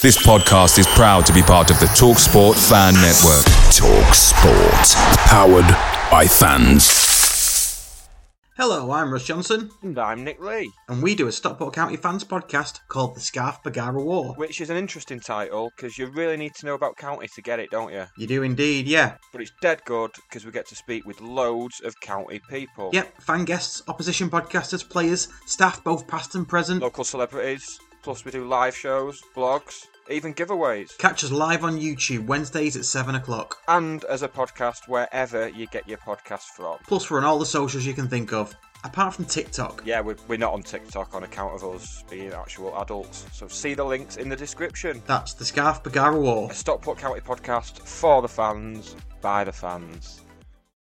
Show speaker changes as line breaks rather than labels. This podcast is proud to be part of the Talk Sport Fan Network.
Talk Sport. Powered by fans.
Hello, I'm Russ Johnson,
And I'm Nick Lee,
and we do a Stockport County fans podcast called The Scarf Bagara War.
which is an interesting title because you really need to know about county to get it, don't you?
You do indeed, yeah.
But it's dead good because we get to speak with loads of county people,
Yep, fan guests, opposition podcasters, players, staff both past and present.
local celebrities, plus we do live shows, blogs, even giveaways,
Catch us live on YouTube Wednesdays at 7 o'clock.
and as a podcast wherever you get your podcast from.
Plus, we're on all the socials you can think of, apart from TikTok.
Yeah, we're, we're not on TikTok on account of us being actual adults, so see the links in the description.
That's The Scarf Bagara War.
A Stockport County podcast for the fans, by the fans.